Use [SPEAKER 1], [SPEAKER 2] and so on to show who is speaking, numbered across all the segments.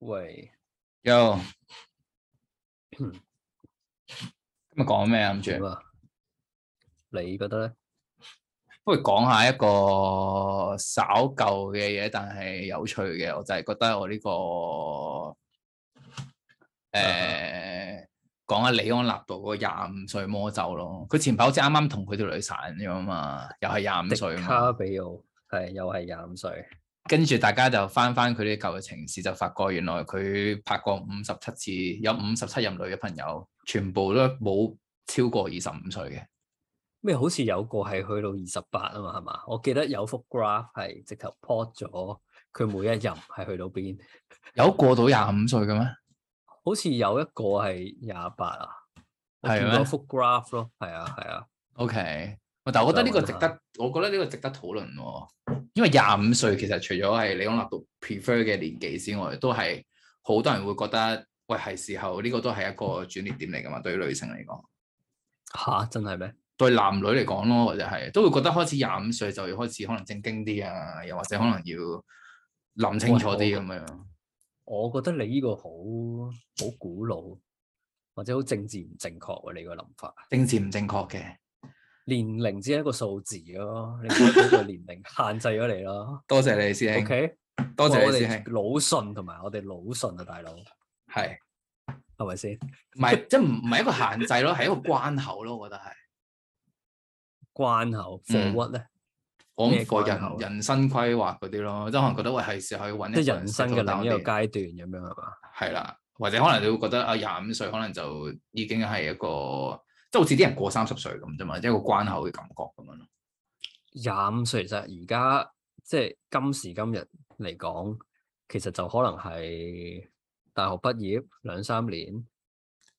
[SPEAKER 1] 喂，
[SPEAKER 2] 又今日講咩啊？諗
[SPEAKER 1] 點
[SPEAKER 2] 住，
[SPEAKER 1] 啊？你覺得咧？
[SPEAKER 2] 不如講下一個稍舊嘅嘢，但係有趣嘅。我就係覺得我呢、個
[SPEAKER 1] 啊
[SPEAKER 2] 誒講下李安納度嗰個廿五歲魔咒咯。佢前排好似啱啱同佢條女散咗啊嘛，又係廿五
[SPEAKER 1] 迪
[SPEAKER 2] 歲啊嘛。
[SPEAKER 1] 卡比奧係又係廿五歲，
[SPEAKER 2] 跟住大家就翻翻佢啲舊嘅情史，就發覺原來佢拍過五十七次，有五十七任女嘅朋友，全部都冇超過二十五歲嘅。
[SPEAKER 1] 咩好似有個係去到二十八啊嘛，係嘛？我記得有幅 graph 係直頭 plot 咗佢每一任係去到邊，
[SPEAKER 2] 有過到廿五歲嘅咩？
[SPEAKER 1] 好似有一個係廿八啊，我
[SPEAKER 2] 係
[SPEAKER 1] 見到
[SPEAKER 2] 咩
[SPEAKER 1] 幅 graph 咯，係啊係啊，
[SPEAKER 2] O K，但係我覺得呢個值得，我覺得呢個值得討論喎。因為廿五歲其實除咗係李安納度 prefer 嘅年紀之外，都係好多人會覺得，喂係時候呢、個都係一個轉捩點嚟㗎嘛。對於女性嚟講，
[SPEAKER 1] 吓真係咩？
[SPEAKER 2] 對男女嚟講咯，或者係都會覺得開始廿五歲就要開始可能正經啲啊，又或者可能要諗清楚啲咁樣。
[SPEAKER 1] 我覺得你呢個好好古老，或者好政治唔正確喎、你個諗法。
[SPEAKER 2] 政治唔正確嘅，
[SPEAKER 1] 年齡只係一個數字咯，你唔可以俾個年齡限制咗你 咯。
[SPEAKER 2] 多謝你師兄
[SPEAKER 1] OK，
[SPEAKER 2] 多謝
[SPEAKER 1] 喂我
[SPEAKER 2] 你師
[SPEAKER 1] 哋
[SPEAKER 2] 兄，
[SPEAKER 1] 魯迅同埋我哋魯迅啊，大佬
[SPEAKER 2] 係
[SPEAKER 1] 係咪先？
[SPEAKER 2] 唔係即係唔唔係一個限制咯，係一個關口咯，我覺得係。
[SPEAKER 1] 關口 for
[SPEAKER 2] 嗯
[SPEAKER 1] what 咧？
[SPEAKER 2] 我
[SPEAKER 1] 咩
[SPEAKER 2] 諗個
[SPEAKER 1] 關口
[SPEAKER 2] 人
[SPEAKER 1] 啊
[SPEAKER 2] 人生規劃嗰啲咯，即係可能覺得喂係時候去揾
[SPEAKER 1] 即
[SPEAKER 2] 嗯一
[SPEAKER 1] 係
[SPEAKER 2] 個
[SPEAKER 1] 人生嘅另一個階段咁樣係嘛？
[SPEAKER 2] 係啦，或者可能你會覺得啊廿五歲可能就已經係一個即係好似啲人過三十歲咁啫嘛，一個關口嘅感覺咁樣咯。
[SPEAKER 1] 廿五歲其實而家即係今時今日嚟講，其實就可能係大學畢業兩三年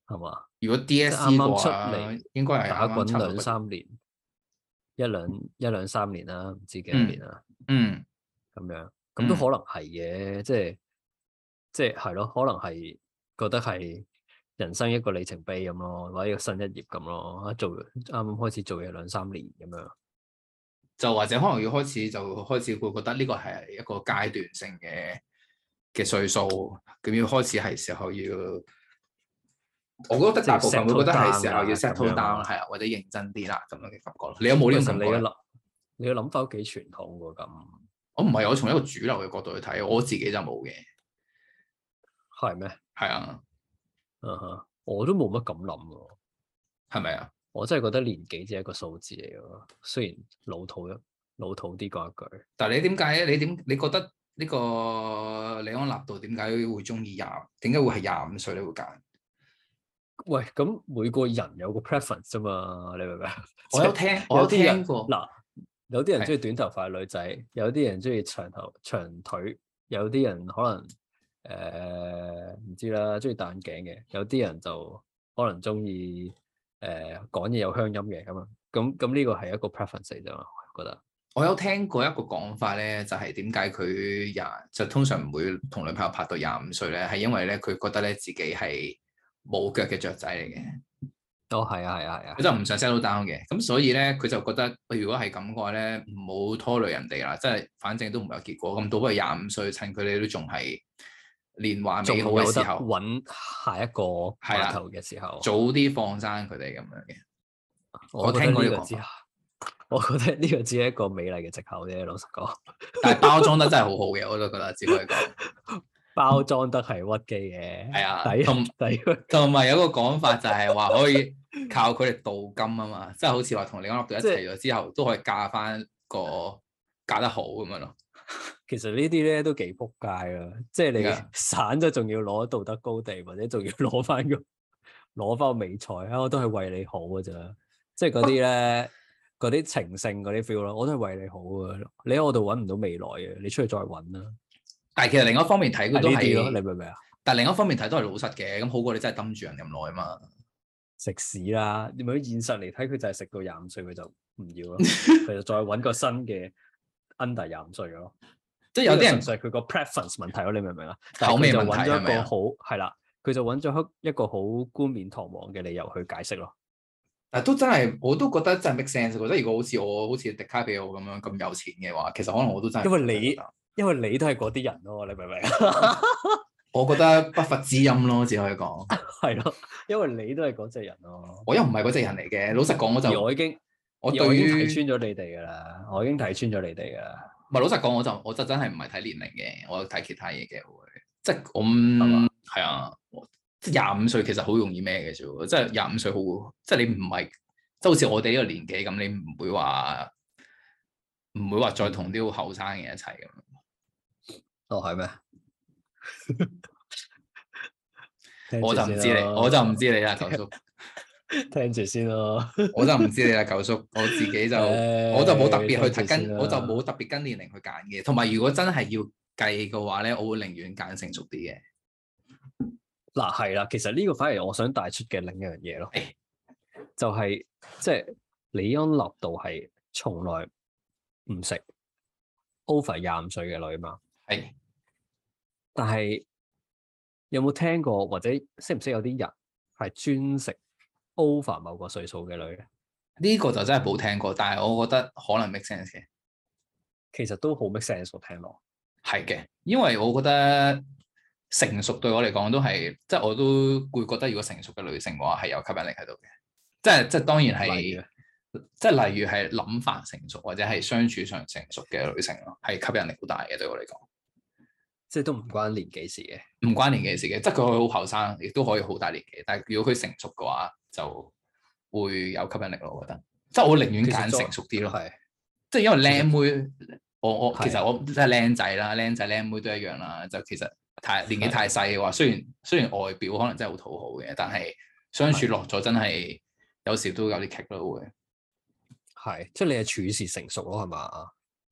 [SPEAKER 1] 係嘛？
[SPEAKER 2] 如果 DSE
[SPEAKER 1] 啱
[SPEAKER 2] 嘅
[SPEAKER 1] 啱出
[SPEAKER 2] 話
[SPEAKER 1] 嚟，
[SPEAKER 2] 應該係
[SPEAKER 1] 打
[SPEAKER 2] 啱啱
[SPEAKER 1] 滾
[SPEAKER 2] 差唔多
[SPEAKER 1] 兩
[SPEAKER 2] 畢業
[SPEAKER 1] 三年，一兩一兩三年啦，唔知幾多
[SPEAKER 2] 嗯
[SPEAKER 1] 年啦。
[SPEAKER 2] 嗯
[SPEAKER 1] 咁樣，咁都
[SPEAKER 2] 嗯
[SPEAKER 1] 可能係嘅，即係即係係咯，可能係覺得係人生一個里程碑咁咯，或者一個新一頁咁咯。啊做啱啱開始做嘢兩三年咁樣，
[SPEAKER 2] 就或者可能要開始就開始會覺得呢個係一個階段性嘅嘅歲數，咁要開始係時候要，我覺得大部分會覺得係時候要
[SPEAKER 1] 即係
[SPEAKER 2] settle
[SPEAKER 1] settle down 啊
[SPEAKER 2] down 係啊，或者認真啲啦咁樣嘅感覺咯。你有冇呢
[SPEAKER 1] 其
[SPEAKER 2] 種
[SPEAKER 1] 實
[SPEAKER 2] 感
[SPEAKER 1] 你
[SPEAKER 2] 覺啊
[SPEAKER 1] 嘅
[SPEAKER 2] 咧？
[SPEAKER 1] 諗你嘅諗法都幾傳統喎咁，
[SPEAKER 2] 我唔係我從一個主流嘅角度去睇，我自己就冇嘅，
[SPEAKER 1] 係咩？
[SPEAKER 2] 係啊，
[SPEAKER 1] 嗯哼，我都冇乜咁諗喎，
[SPEAKER 2] 係咪啊？
[SPEAKER 1] 我真係覺得年紀只係一個數字嚟咯，雖然老土一老土啲講一句，
[SPEAKER 2] 但係你點解你點你覺得呢個李安納度點解會中意廿？點解會係廿五歲你會揀？
[SPEAKER 1] 喂，咁每個人有個 preference 啫嘛，你明唔明啊？
[SPEAKER 2] 我有聽，我有
[SPEAKER 1] 有啲
[SPEAKER 2] 聽
[SPEAKER 1] 人
[SPEAKER 2] 過，
[SPEAKER 1] 嗱，有啲人
[SPEAKER 2] 係
[SPEAKER 1] 中意短頭髮嘅女仔，有啲人中意長頭長腿，有啲人可能誒唔、知啦，中意戴眼鏡嘅，有啲人就可能中意誒講嘢有鄉音嘅咁啊。咁咁呢個係一個 preference 嚟啫嘛，我覺得
[SPEAKER 2] 我有聽過一個講法咧，就係點解佢廿就通常唔會同女朋友拍到廿五歲咧，係因為咧佢覺得咧自己係冇腳嘅雀仔嚟嘅，
[SPEAKER 1] 哦係啊係啊係啊
[SPEAKER 2] 佢，就唔想 settle down 嘅，咁所以咧佢就覺得哎喂如果係咁嘅話咧，唔好拖累人哋啦，即係反正都唔會有結果，咁倒不如廿五歲趁佢哋都仲係年華
[SPEAKER 1] 仲
[SPEAKER 2] 美好
[SPEAKER 1] 有
[SPEAKER 2] 嘅
[SPEAKER 1] 得
[SPEAKER 2] 時候，
[SPEAKER 1] 揾下一個
[SPEAKER 2] 係啦
[SPEAKER 1] 碼頭嘅時候，
[SPEAKER 2] 早啲放生佢哋咁樣嘅。我
[SPEAKER 1] 我覺得
[SPEAKER 2] 聽過
[SPEAKER 1] 呢
[SPEAKER 2] 呢
[SPEAKER 1] 個
[SPEAKER 2] 個
[SPEAKER 1] 只係， 我覺得呢個只係一個美麗嘅藉口啫，老實講。
[SPEAKER 2] 但係包裝得真係好好嘅，我都覺得只可以講
[SPEAKER 1] 包裝得係屈機嘅，
[SPEAKER 2] 係啊
[SPEAKER 1] 抵
[SPEAKER 2] 同
[SPEAKER 1] 抵
[SPEAKER 2] 同埋有個講法就係話可以靠佢哋鍍金啊嘛，即係好似話同李安納度一齊咗之後，都可以嫁翻個嫁得好咁樣咯。
[SPEAKER 1] 其實呢啲咧都幾撲街啦，即係你
[SPEAKER 2] 係啊
[SPEAKER 1] 散咗，仲要攞道德高地，或者仲要攞翻個 攞翻個美彩啊！我都係為你好嘅咋，即係嗰啲 咧，嗰啲情聖嗰啲 feel 咯，我都係為你好嘅。你喺我度揾唔到未來嘅，你出去再揾啦。
[SPEAKER 2] 但係其實另一方面睇
[SPEAKER 1] 係呢
[SPEAKER 2] 佢都
[SPEAKER 1] 啲咯，你
[SPEAKER 2] 係，
[SPEAKER 1] 明唔明啊？
[SPEAKER 2] 但係另一方面睇都係老實嘅，咁好過你真係抌住人咁耐啊嘛。
[SPEAKER 1] 食屎啦！你咪現實嚟睇，佢就係食到廿五歲，佢就唔要 咯，佢就再揾個新嘅 under 廿五歲嘅咯。
[SPEAKER 2] 即係有啲人
[SPEAKER 1] 就係佢個 preference 問題咯，你明唔明啊？
[SPEAKER 2] 口味
[SPEAKER 1] 但係
[SPEAKER 2] 問
[SPEAKER 1] 佢
[SPEAKER 2] 題
[SPEAKER 1] 就揾咗
[SPEAKER 2] 係
[SPEAKER 1] 一
[SPEAKER 2] 咪
[SPEAKER 1] 個
[SPEAKER 2] 啊？
[SPEAKER 1] 好係啦，佢就揾咗一個好冠冕堂皇嘅理由去解釋咯。
[SPEAKER 2] 但係都真係我都覺得真係 make sense。覺得如果好似我好似迪卡比奧咁樣咁有錢嘅話，其實可能我都真係
[SPEAKER 1] 因為你因為你都係嗰啲人咯，你明唔明啊？
[SPEAKER 2] 我我覺得不乏知音咯，只可以講。
[SPEAKER 1] 係咯，因為你都係嗰只人咯。
[SPEAKER 2] 我又唔係嗰隻人嚟嘅，老實講
[SPEAKER 1] 而
[SPEAKER 2] 我
[SPEAKER 1] 我
[SPEAKER 2] 就
[SPEAKER 1] 已經
[SPEAKER 2] 我
[SPEAKER 1] 而我
[SPEAKER 2] 對
[SPEAKER 1] 已經
[SPEAKER 2] 於
[SPEAKER 1] 睇穿咗你哋噶啦，我已經睇穿咗你哋噶啦。
[SPEAKER 2] 唔係老實講，我就我就真係唔係睇年齡嘅，我有睇其他嘢嘅會，即係我
[SPEAKER 1] 嘛
[SPEAKER 2] 係啊，我即係廿五歲其實好容易咩嘅啫喎，即係廿五歲好，即係你唔係即係好似我哋呢個年紀咁，你唔會話唔會話再同啲好後生嘅一齊咁。
[SPEAKER 1] 哦，係咩？ 聽住
[SPEAKER 2] 我就唔知
[SPEAKER 1] 先
[SPEAKER 2] 你，
[SPEAKER 1] 咯
[SPEAKER 2] 我就唔知你啦，九 叔，
[SPEAKER 1] 聽住先咯。
[SPEAKER 2] 我就唔知你啦，九叔，我自 己就。我
[SPEAKER 1] 我
[SPEAKER 2] 就冇特別去睇跟，我就冇特別跟年齡去揀嘅。同埋如果真係要計嘅話咧，我會寧願揀成熟啲嘅。
[SPEAKER 1] 嗱係啦，其實呢個反而我想帶出嘅另一樣嘢咯
[SPEAKER 2] 誒，
[SPEAKER 1] 就係即係李安納度係從來唔食 over 廿五歲嘅女嘛，
[SPEAKER 2] 係
[SPEAKER 1] 但係有冇聽過或者識唔識有啲人係專食 over 某個歲數嘅女咧？
[SPEAKER 2] 呢、個就真係冇聽過，但係我覺得可能 make sense 嘅，
[SPEAKER 1] 其實都好 make sense 喎，聽落
[SPEAKER 2] 係嘅，因為我覺得成熟對我嚟講都係，即係我都會覺得如果成熟嘅女性嘅話係有吸引力喺度嘅，即係即係當然
[SPEAKER 1] 例如
[SPEAKER 2] 係。即係例如係諗法成熟或者係相處上成熟嘅女性咯，係吸引力好大嘅對我嚟講。
[SPEAKER 1] 即係都唔關年紀事嘅。
[SPEAKER 2] 唔關年紀事嘅，即係佢可以好後生，亦都可以好大年紀。但係如果佢成熟嘅話，就會有吸引力咯。我覺得，即係我寧願
[SPEAKER 1] 其實
[SPEAKER 2] 揀
[SPEAKER 1] 作
[SPEAKER 2] 成熟啲咯。
[SPEAKER 1] 係
[SPEAKER 2] 即係因為靚妹，我我
[SPEAKER 1] 係
[SPEAKER 2] 其實我即係靚仔啦，靚仔靚妹都一樣啦。就其實太年紀太細嘅話，雖然雖然外表可能真係好討好嘅，但係相處落咗真係有時都有啲棘咯會。
[SPEAKER 1] 係，即係你係處事成熟咯，係嘛？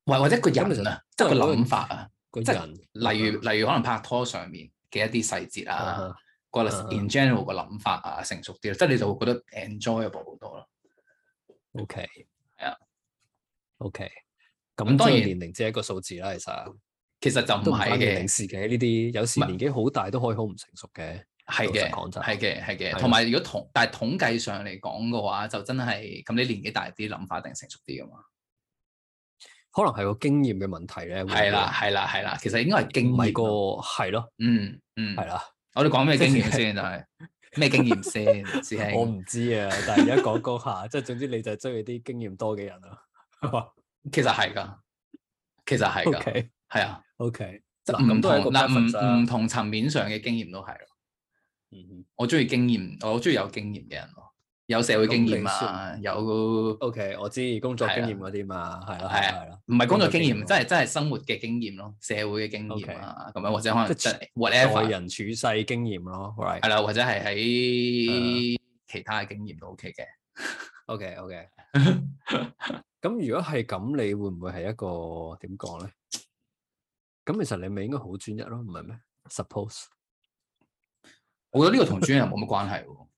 [SPEAKER 2] 或或者個
[SPEAKER 1] 咁其
[SPEAKER 2] 人
[SPEAKER 1] 實
[SPEAKER 2] 啊，即係個
[SPEAKER 1] 真係好
[SPEAKER 2] 諗法啊，
[SPEAKER 1] 個
[SPEAKER 2] 即係
[SPEAKER 1] 人
[SPEAKER 2] 例如例如可能拍拖上面嘅一啲細節
[SPEAKER 1] 嗯啊
[SPEAKER 2] 啊
[SPEAKER 1] 哈。
[SPEAKER 2] 個
[SPEAKER 1] 啊
[SPEAKER 2] in general 個諗法啊，成熟啲咯，即係你就會覺得 enjoyable 好多咯。
[SPEAKER 1] O K，
[SPEAKER 2] 係啊
[SPEAKER 1] ，O K，
[SPEAKER 2] 咁
[SPEAKER 1] 咁
[SPEAKER 2] 當
[SPEAKER 1] 當然
[SPEAKER 2] 然
[SPEAKER 1] 年齡只係一個數字啦，其實
[SPEAKER 2] 其實就唔
[SPEAKER 1] 都唔
[SPEAKER 2] 係
[SPEAKER 1] 關年齡
[SPEAKER 2] 嘅，
[SPEAKER 1] 事嘅呢啲，有時
[SPEAKER 2] 唔係
[SPEAKER 1] 年紀好大都可以好唔成熟嘅。
[SPEAKER 2] 係嘅，
[SPEAKER 1] 老實講就
[SPEAKER 2] 係嘅，係
[SPEAKER 1] 係
[SPEAKER 2] 嘅。
[SPEAKER 1] 啊
[SPEAKER 2] 同埋如果統，但係統計上嚟講嘅話，就真係咁你年紀大啲，諗法一定成熟啲噶嘛。
[SPEAKER 1] 可能係個經驗嘅問題咧，會唔會
[SPEAKER 2] 係啦，，係啦，係啦。其實應該係經
[SPEAKER 1] 唔係
[SPEAKER 2] 驗
[SPEAKER 1] 個
[SPEAKER 2] 咯。
[SPEAKER 1] 係咯，
[SPEAKER 2] 嗯嗯，
[SPEAKER 1] 係啦，
[SPEAKER 2] 我哋講咩
[SPEAKER 1] 即係
[SPEAKER 2] 經驗先？就係咩經 驗先？師
[SPEAKER 1] 我
[SPEAKER 2] 兄，
[SPEAKER 1] 唔知啊，但係而家講講下，即係總之你就係中意啲經驗多嘅人啊啦。
[SPEAKER 2] 其實係㗎，其實係
[SPEAKER 1] O
[SPEAKER 2] 㗎，
[SPEAKER 1] K
[SPEAKER 2] 係啊。
[SPEAKER 1] O K，
[SPEAKER 2] 即係
[SPEAKER 1] 嗱
[SPEAKER 2] 唔
[SPEAKER 1] 咁都係一個
[SPEAKER 2] 同嗱
[SPEAKER 1] preference
[SPEAKER 2] 唔
[SPEAKER 1] 啊
[SPEAKER 2] 唔同層面上嘅經驗都係咯。
[SPEAKER 1] 嗯
[SPEAKER 2] 我中意經驗，我中意有經驗嘅人咯，有社會經驗啊，有唔
[SPEAKER 1] ，O K，我知工作
[SPEAKER 2] 係
[SPEAKER 1] 經
[SPEAKER 2] 啊
[SPEAKER 1] 驗嗰啲嘛，係啦，
[SPEAKER 2] 係
[SPEAKER 1] 係
[SPEAKER 2] 啊
[SPEAKER 1] 啦係啦，
[SPEAKER 2] 係工作經
[SPEAKER 1] 經驗啊
[SPEAKER 2] 驗，真係真係生活嘅經驗咯，社會嘅經驗啊，咁樣或者可能
[SPEAKER 1] 即係
[SPEAKER 2] 即係
[SPEAKER 1] 待
[SPEAKER 2] whatever
[SPEAKER 1] 人處世經驗咯，right
[SPEAKER 2] 係啦，或者係喺其他嘅經驗都 OK 嘅。
[SPEAKER 1] O K O K。咁如果係咁，你會唔會係一個點講咧？咁其實你咪應該好專一咯，唔係咩？Suppose，
[SPEAKER 2] 我覺得呢個同專業冇乜關係喎。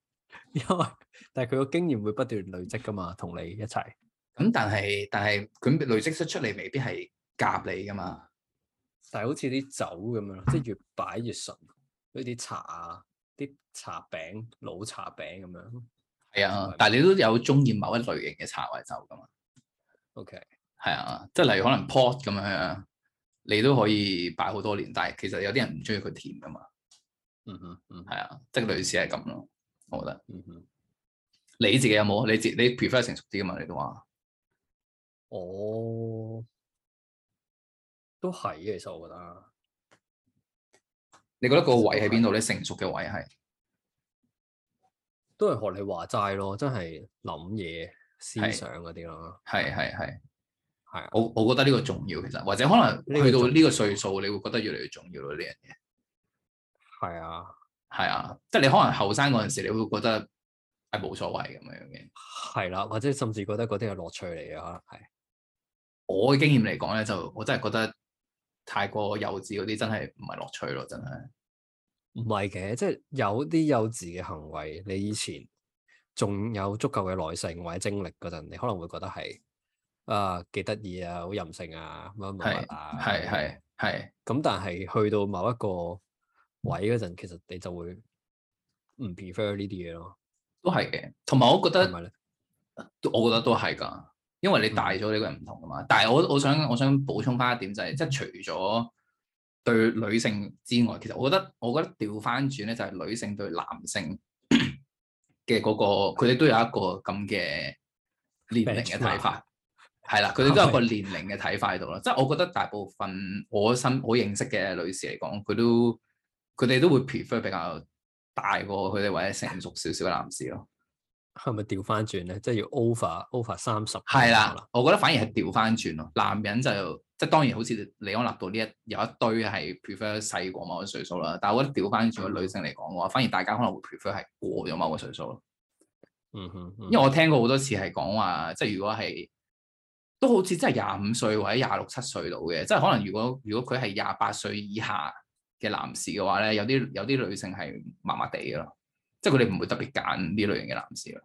[SPEAKER 1] 因為但係佢個經驗會不斷累積噶嘛，同你一齊。
[SPEAKER 2] 咁但係但係佢累積出出嚟，未必係夾你噶嘛。
[SPEAKER 1] 但係好似啲酒咁樣咯，即係越擺越純，呢啲茶啊、啲茶餅、老茶餅咁樣。
[SPEAKER 2] 係啊，但係你都有中意某一類型嘅茶或者酒噶嘛。
[SPEAKER 1] OK，
[SPEAKER 2] 係啊，即係例如可能 pot 咁樣樣，你都可以擺好多年，但係其實有啲人唔中意佢甜噶嘛，
[SPEAKER 1] 嗯哼，嗯哼
[SPEAKER 2] 係啊，即係類似係咁咯。我覺得
[SPEAKER 1] 嗯哼，
[SPEAKER 2] 你自己有冇？你自你 prefer 成熟啲噶嘛？你都話
[SPEAKER 1] 哦，都係嘅，其實我覺得。
[SPEAKER 2] 你覺得個位喺邊度咧？成熟嘅位係
[SPEAKER 1] 都係學你話齋咯，真係諗嘢、思
[SPEAKER 2] 係
[SPEAKER 1] 想嗰啲咯，
[SPEAKER 2] 係係係，
[SPEAKER 1] 啊係啊，
[SPEAKER 2] 我我覺得呢個重要其實，或者可能
[SPEAKER 1] 呢個
[SPEAKER 2] 去到
[SPEAKER 1] 重要
[SPEAKER 2] 呢個歲數，你會覺得越嚟越重要咯呢樣嘢。
[SPEAKER 1] 係啊，
[SPEAKER 2] 係啊，即係你可能後生嗰陣時，你會覺得係冇所謂咁樣嘅。
[SPEAKER 1] 係啦，或者甚至覺得嗰啲係樂趣嚟嘅，可能係
[SPEAKER 2] 我嘅經驗嚟講咧，就我真係覺得太過幼稚嗰啲真係唔係樂趣咯，真係。
[SPEAKER 1] 唔係嘅？即係有啲幼稚嘅行為，你以前仲有足夠嘅耐性或者精力嗰陣，你可能會覺得係啊幾得意啊，好任性啊，乜乜乜乜啊，
[SPEAKER 2] 係係係
[SPEAKER 1] 咁，但係去到某一個位嗰陣，其實你就會唔 prefer 呢啲嘢咯，
[SPEAKER 2] 都係嘅。同埋我覺
[SPEAKER 1] 係
[SPEAKER 2] 得，
[SPEAKER 1] 咪咧？
[SPEAKER 2] 我覺得都係㗎，因為你大咗，你個人唔同㗎嘛。但係我我想我想補充翻一點就係、即係除咗對女性之外，其實我覺得我覺得調翻轉咧，就係女性對男性嘅嗰、個，佢哋都有一個咁嘅年齡嘅睇法，係啦，佢哋都有一個年齡嘅睇法喺度啦。即係我覺得大部分我身我認識嘅女士嚟講，佢都佢哋都會 prefer 比較大過佢哋或者成熟少少嘅男士咯。
[SPEAKER 1] 係咪調翻轉咧？即係要 over over 三十。
[SPEAKER 2] 係啦，，我覺得反而係調翻轉咯。男人就即係當然好似李安納度呢一有一堆係 prefer 細過某個歲數啦，但係我覺得調翻轉個女性嚟講嘅話，反而大家可能會 prefer 係過咗某個歲數咯。
[SPEAKER 1] 嗯哼，因
[SPEAKER 2] 因為我聽過好多次係講話，即係如果係都好似真係廿五歲或者廿六七歲到嘅，即係可能如果如果佢係廿八歲以下嘅男士嘅話咧，有啲有啲女性係麻麻地嘅咯，即係佢哋唔會特別揀呢類型嘅男士咯。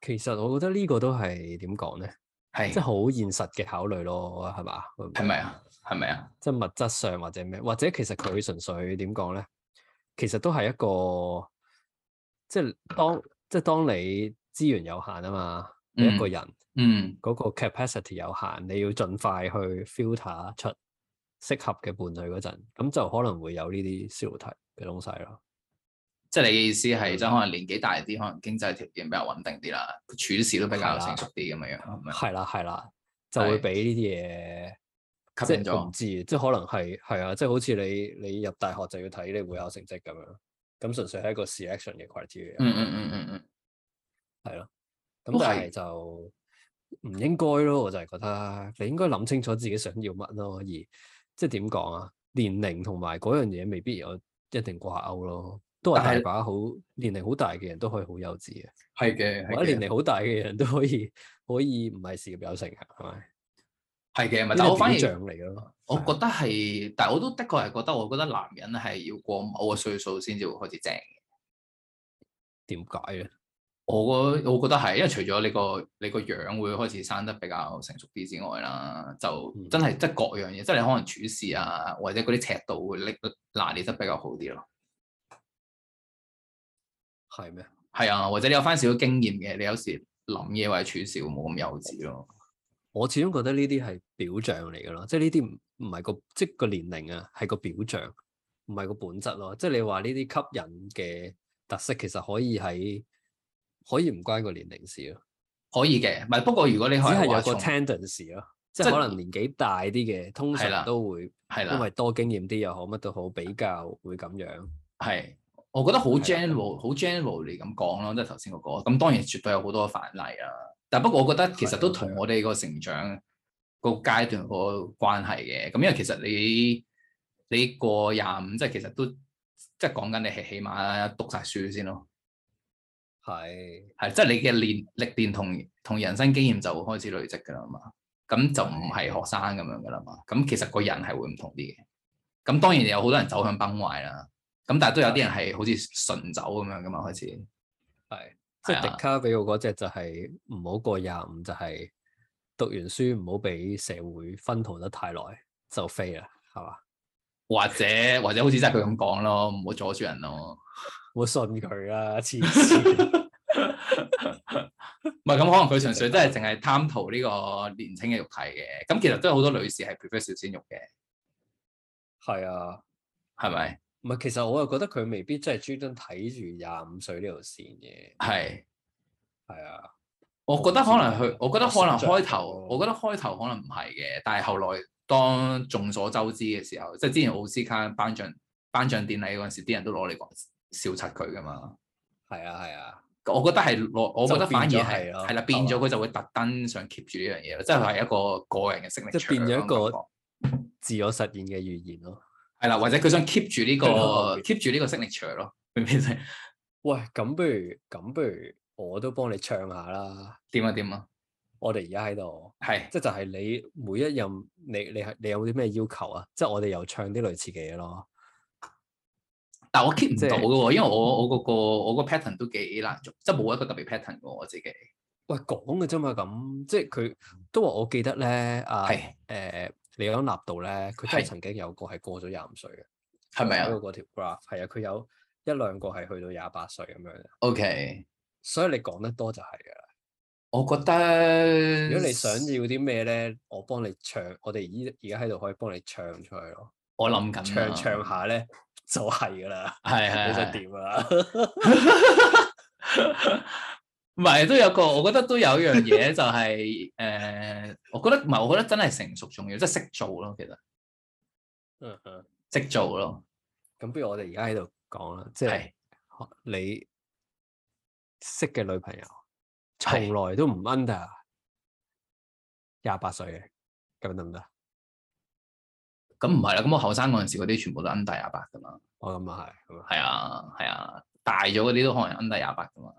[SPEAKER 1] 其實我覺得呢個都係點講咧，
[SPEAKER 2] 係
[SPEAKER 1] 即係好現實嘅考慮咯，係嘛？會唔會
[SPEAKER 2] 係咪？啊？係咪啊？
[SPEAKER 1] 即係物質上或者咩，或者其實佢純粹點講咧，其實都係一個即係當即係當你資源有限啊嘛，你一個人
[SPEAKER 2] 嗯。
[SPEAKER 1] 嗰個 capacity 有限，你要盡快去 filter 出適合嘅伴侶嗰陣，咁就可能會有呢啲消題嘅東西咯。
[SPEAKER 2] 即係你嘅意思
[SPEAKER 1] 嗯
[SPEAKER 2] 係，即係可能年紀大啲，可能經濟條件比較穩定啲啦，啊處事都比較成熟啲咁樣樣，係咪
[SPEAKER 1] 係啦，係啦，就會
[SPEAKER 2] 係
[SPEAKER 1] 俾呢啲嘢。
[SPEAKER 2] 吸
[SPEAKER 1] 即
[SPEAKER 2] 引
[SPEAKER 1] 係我唔
[SPEAKER 2] 咗？
[SPEAKER 1] 知，即係可能係係啊，即係好似你你入大學就要睇你會考成績咁樣，咁純粹係一個 selection 嘅 criteria，
[SPEAKER 2] 嗯嗯嗯嗯嗯，
[SPEAKER 1] 係咯。
[SPEAKER 2] 都
[SPEAKER 1] 咁但
[SPEAKER 2] 係
[SPEAKER 1] 係就唔應該咯，我就係覺得你應該諗清楚自己想要乜咯，而即係點講啊，年齡同埋嗰樣嘢未必有一定掛鈎咯。都係
[SPEAKER 2] 但
[SPEAKER 1] 大
[SPEAKER 2] 係
[SPEAKER 1] 把好年齡好大嘅人都可以好幼稚嘅，
[SPEAKER 2] 係嘅，
[SPEAKER 1] 或者年
[SPEAKER 2] 係嘅，
[SPEAKER 1] 齡好大嘅人都可以可以唔係事業有成嘅，係咪？
[SPEAKER 2] 係嘅。咪但
[SPEAKER 1] 呢
[SPEAKER 2] 係
[SPEAKER 1] 個
[SPEAKER 2] 我反
[SPEAKER 1] 表
[SPEAKER 2] 而
[SPEAKER 1] 象嚟咯，
[SPEAKER 2] 我
[SPEAKER 1] 係啊
[SPEAKER 2] 覺得係，但係我都的確係覺得，我覺得男人係要過某個歲數先至會開始正。
[SPEAKER 1] 點解咧？
[SPEAKER 2] 我覺我覺得係，因為除咗你個你個樣會開始生得比較成熟啲之外啦，就
[SPEAKER 1] 嗯
[SPEAKER 2] 真係即係各樣嘢，即係你可能處事啊，或者嗰啲尺度會拎拿捏得比較好啲咯。
[SPEAKER 1] 係咩？
[SPEAKER 2] 係啊，或者你有翻少少經驗嘅，你有時諗嘢或者處事會冇咁幼稚咯。
[SPEAKER 1] 我始終覺得呢啲係表象嚟嘅咯，即係呢啲唔唔係個即係個年齡啊，係個表象，唔係個本質咯。即係你話呢啲吸引嘅特色，其實可以喺可以唔關個年齡事咯，
[SPEAKER 2] 可以嘅，唔係不過如果你
[SPEAKER 1] 只
[SPEAKER 2] 可
[SPEAKER 1] 係
[SPEAKER 2] 能話
[SPEAKER 1] 有個
[SPEAKER 2] 從
[SPEAKER 1] tendency 咯，即
[SPEAKER 2] 即
[SPEAKER 1] 係
[SPEAKER 2] 係
[SPEAKER 1] 可能年紀大啲嘅，通
[SPEAKER 2] 係啦
[SPEAKER 1] 常都會
[SPEAKER 2] 係
[SPEAKER 1] 因
[SPEAKER 2] 啦，
[SPEAKER 1] 為多經驗啲又好，乜都好，比較會咁樣。
[SPEAKER 2] 係，我覺得好
[SPEAKER 1] 係啦啊
[SPEAKER 2] general 好 general 嚟咁講咯，即係頭先嗰個。咁當然絕對有好多反例啦，但不過我覺得其
[SPEAKER 1] 啊
[SPEAKER 2] 實都同我哋個成長個階段個關係嘅。咁因為其實你你過廿五，即係其實都即係講緊你係起碼讀晒書先咯，
[SPEAKER 1] 係
[SPEAKER 2] 係即係你嘅練歷練同同人生經驗就會開始累積㗎啦嘛。咁就唔係學生咁樣㗎啦嘛。咁其實個人係會唔同啲嘅。咁當然有好多人走向崩壞啦。咁但係都有啲人係好似順走咁樣㗎嘛，開始
[SPEAKER 1] 係，即係
[SPEAKER 2] 係啊
[SPEAKER 1] 迪卡俾我嗰只就係唔好過廿五，就係讀完書唔好俾社會分逃得太耐就飛啦，係嘛？
[SPEAKER 2] 或者或者好似真係佢咁講咯，唔好阻住人咯。
[SPEAKER 1] 我信佢啦，黐線！
[SPEAKER 2] 唔係咁，可能佢純粹真係淨係貪圖呢個年青嘅肉體嘅。咁其實都有好多女士係 prefer 小鮮肉嘅，
[SPEAKER 1] 係啊，
[SPEAKER 2] 係咪？
[SPEAKER 1] 唔係其實我又覺得佢未必真係專登睇住廿五歲呢條線嘅，
[SPEAKER 2] 係。
[SPEAKER 1] 係啊，
[SPEAKER 2] 我覺得可能佢，我覺得可能開頭，
[SPEAKER 1] 我哦
[SPEAKER 2] 我覺得開頭可能唔係嘅，但係後來當眾所周知嘅時候，即係之前奧斯卡頒獎頒獎典禮嗰陣時，啲人都攞嚟講笑柒佢噶嘛。
[SPEAKER 1] 係啊，係啊，
[SPEAKER 2] 我覺得係攞，我覺得反而
[SPEAKER 1] 就變
[SPEAKER 2] 係
[SPEAKER 1] 咗係咯哦
[SPEAKER 2] 係啦，變咗佢就會特登想 keep 住呢樣嘢咯，即係係一個個人嘅性力
[SPEAKER 1] 即係變咗一個
[SPEAKER 2] 場咁講
[SPEAKER 1] 自我實現嘅預言咯。
[SPEAKER 2] 係啦，或者佢想 keep 住呢個
[SPEAKER 1] 最後嘅
[SPEAKER 2] keep 住呢個 signature 咯，明唔明先？
[SPEAKER 1] 喂，咁不如咁不如我都幫你唱下啦，
[SPEAKER 2] 點啊點啊，
[SPEAKER 1] 我哋而家喺度。
[SPEAKER 2] 係
[SPEAKER 1] 即係就係你每一任你你係你有啲咩要求啊？即係我哋又唱啲類似嘅嘢咯。
[SPEAKER 2] 但我 keep 唔
[SPEAKER 1] 即係
[SPEAKER 2] 到嘅喎，因為我我嗰個我個 pattern 都幾難做，即係冇一個特別 pattern 嘅喎我自己
[SPEAKER 1] 喂，講嘅啫嘛，咁即係佢都話我記得咧，啊誒、
[SPEAKER 2] 係
[SPEAKER 1] 李安納度咧，佢真係
[SPEAKER 2] 係
[SPEAKER 1] 曾經有個係過咗廿五歲嘅，
[SPEAKER 2] 係咪啊
[SPEAKER 1] 睇過嗰條 graph 係啊，佢有一兩個係去到廿八歲咁樣嘅，
[SPEAKER 2] ？OK，
[SPEAKER 1] 所以你講得多就係㗎啦。
[SPEAKER 2] 我覺得嗯
[SPEAKER 1] 如果你想要啲咩咧，我幫你唱，我哋依而家喺度可以幫你唱出去咯。
[SPEAKER 2] 我諗緊
[SPEAKER 1] 唱
[SPEAKER 2] 啊
[SPEAKER 1] 唱下咧就係噶啦，
[SPEAKER 2] 係 係
[SPEAKER 1] 你想
[SPEAKER 2] 係
[SPEAKER 1] 點噶啦？
[SPEAKER 2] 唔係都有個，我覺得都有一樣嘢就係、誒、我覺得唔係，我覺得真係成熟重要，即係識做咯，其實
[SPEAKER 1] 嗯嗯
[SPEAKER 2] 識做咯，
[SPEAKER 1] 咁不如我哋而家喺度講啦，即係
[SPEAKER 2] 係
[SPEAKER 1] 你識嘅女朋友，從
[SPEAKER 2] 係
[SPEAKER 1] 來都唔 under 廿八歲嘅，咁得唔得？
[SPEAKER 2] 咁唔係啦，咁我後生嗰陣時嗰啲全部都 under 廿八噶嘛，
[SPEAKER 1] 我諗啊係，咁啊
[SPEAKER 2] 係啊係啊，大咗嗰啲都可能 under 廿八噶嘛，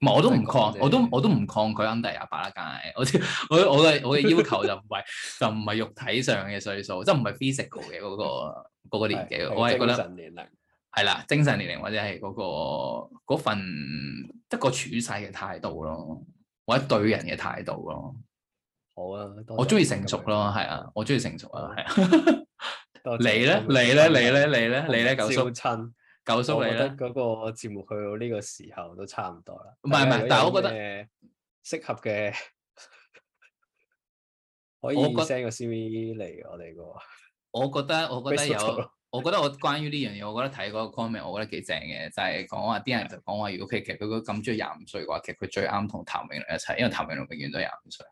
[SPEAKER 2] 唔係我都
[SPEAKER 1] 真
[SPEAKER 2] 唔
[SPEAKER 1] 係講
[SPEAKER 2] 抗，
[SPEAKER 1] 啫
[SPEAKER 2] 我都我都唔抗拒 under 廿八啦，梗係我啲 我我嘅我嘅要求就唔係就唔係肉體上嘅歲數，即係唔係 physical 嘅嗰、個嗰、個年紀，我係覺
[SPEAKER 1] 精
[SPEAKER 2] 得。
[SPEAKER 1] 神年齡
[SPEAKER 2] 係啦，精神年齡或者係嗰、個嗰份一個處世嘅態度咯，或者對人嘅態度咯。
[SPEAKER 1] 好啊，多謝
[SPEAKER 2] 我中意
[SPEAKER 1] 你
[SPEAKER 2] 成
[SPEAKER 1] 咁
[SPEAKER 2] 熟
[SPEAKER 1] 樣
[SPEAKER 2] 咯，係啊，我中意成熟啊，係啊。
[SPEAKER 1] 多
[SPEAKER 2] 你
[SPEAKER 1] 謝
[SPEAKER 2] 咧，
[SPEAKER 1] 咁
[SPEAKER 2] 你
[SPEAKER 1] 樣
[SPEAKER 2] 咧，
[SPEAKER 1] 分享
[SPEAKER 2] 你咧，你咧，你咧，
[SPEAKER 1] 我
[SPEAKER 2] 九叔，
[SPEAKER 1] 照親
[SPEAKER 2] 九叔
[SPEAKER 1] 我
[SPEAKER 2] 你
[SPEAKER 1] 覺得
[SPEAKER 2] 咧，
[SPEAKER 1] 嗰個節目去到呢個時候都差唔多啦。
[SPEAKER 2] 唔係唔係但係我覺得
[SPEAKER 1] 得適合嘅可以
[SPEAKER 2] 我覺
[SPEAKER 1] send 個 CV 嚟我哋個
[SPEAKER 2] 我覺得我覺得
[SPEAKER 1] Facebook
[SPEAKER 2] 有
[SPEAKER 1] 度，
[SPEAKER 2] 我覺得我關於呢樣嘢，我覺得睇嗰個 comment，我覺得幾正嘅，就係講話啲人就講話，如果佢其實佢如果咁中意廿五歲嘅話，其實佢最啱同譚詠麟一齊，因為譚詠麟永遠都廿五歲。